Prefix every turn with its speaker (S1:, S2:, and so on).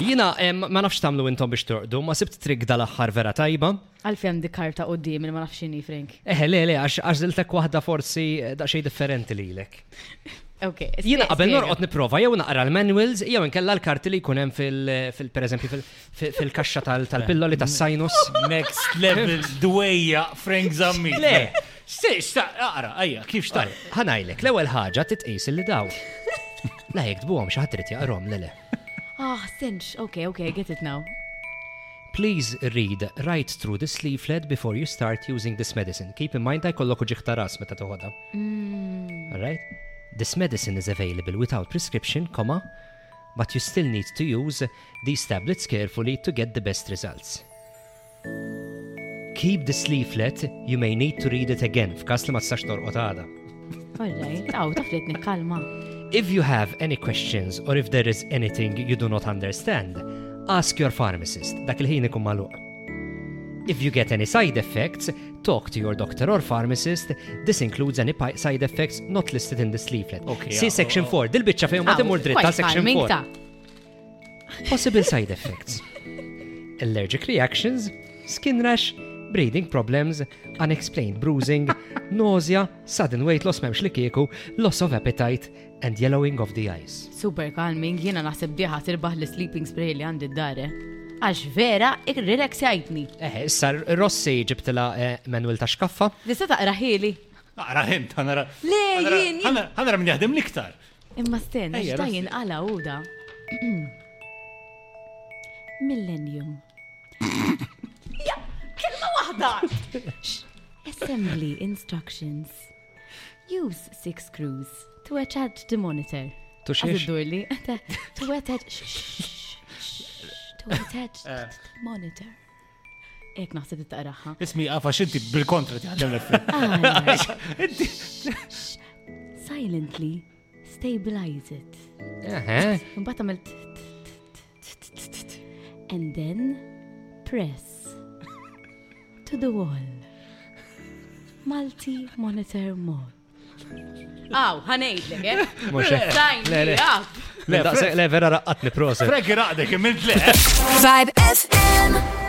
S1: Jina, em, ma nafx tamlu intom biex torqdu, ma sibt trik dal-axħar vera tajba.
S2: Għalfem di karta u di minn ma nafxini, Frank.
S1: Eħe, le, le, għax għax diltek wahda forsi eh, daqxej differenti li lek.
S2: Ok.
S1: Jina, qabel
S2: spiega.
S1: norqot niprofa, jew naqra l-manuals, jew nkella l-karti li kunem fil, fil per eżempju, fil- fil- fil-kaxxa tal- tal-pilloli tas-sinus.
S3: Next level dwejja Frank Zammi.
S1: Le.
S3: Stix, ara, ajja, kif xtaj?
S1: Ħanajlek, l-ewwel ħaġa titqis li daw. La jekdbuhom xi ħadd irid jaqrom, le le.
S2: Ah, senx. Ok, ok, I get it now.
S1: Please read right through this leaflet before you start using this medicine. Keep in mind I kollok uġiħta ras meta toħodha. Alright? This medicine is available without prescription, comma, but you still need to use these tablets carefully to get the best results. Keep this leaflet, you may need to read it again f'kas li ma tistax torqod għada.
S2: Alright, aw, tafletni kalma.
S1: If you have any questions or if there is anything you do not understand, ask your pharmacist. Dak il-ħin ikun magħluq. If you get any side effects, talk to your doctor or pharmacist. This includes any pi- side effects not listed in this leaflet.
S3: Okay,
S1: See
S3: yeah,
S1: section
S3: oh, oh.
S1: 4. Dil-bicċa fejn ma
S2: Aw,
S1: timur dritt
S2: quite
S1: ta' section
S2: calming
S1: 4.
S2: ta'.
S1: Possible side effects. Allergic reactions, skin rash, breathing problems, unexplained bruising, nausea, sudden weight loss memx li kieku, loss of appetite, and yellowing of the eyes.
S2: Super calming, jina naħseb diħa tirbaħ l-sleeping spray li għandi d-dare. Għax vera, ir-relaxajtni.
S1: Eh, issa Rossi ġibtila eh, Manuel ta' xkaffa.
S2: Tista taqra ħili.
S3: Ara, hint, għanara.
S2: Le, jien, jien.
S3: Għanara minn jaħdem liktar.
S2: Imma stenna,
S3: Ejja,
S2: xta
S3: Rossi.
S2: jinqala uda. Millennium. Ja, kelma wahda! Assembly instructions. Use six screws to attach the monitor.
S1: Tu
S2: Għaz
S1: xiex?
S2: id-durli. To attach. shh, shh, shh, To attach the monitor. Ek naħseb it-taqraħħa.
S3: Ismi, għafa xinti bil-kontra jaħdem l-effett.
S2: Ah, Silently stabilize it.
S1: Eh,
S2: Mbagħad għamilt and then press to the wall. Multi monitor mode. Aw, ħanejdlek, eh?
S1: mux eh.
S2: Sign
S1: Le,
S2: me
S1: le.
S2: up.
S1: Le, daqse- le, vera raqqatni proset.
S3: Frank iraqdek, imment le.
S4: Vibe FM.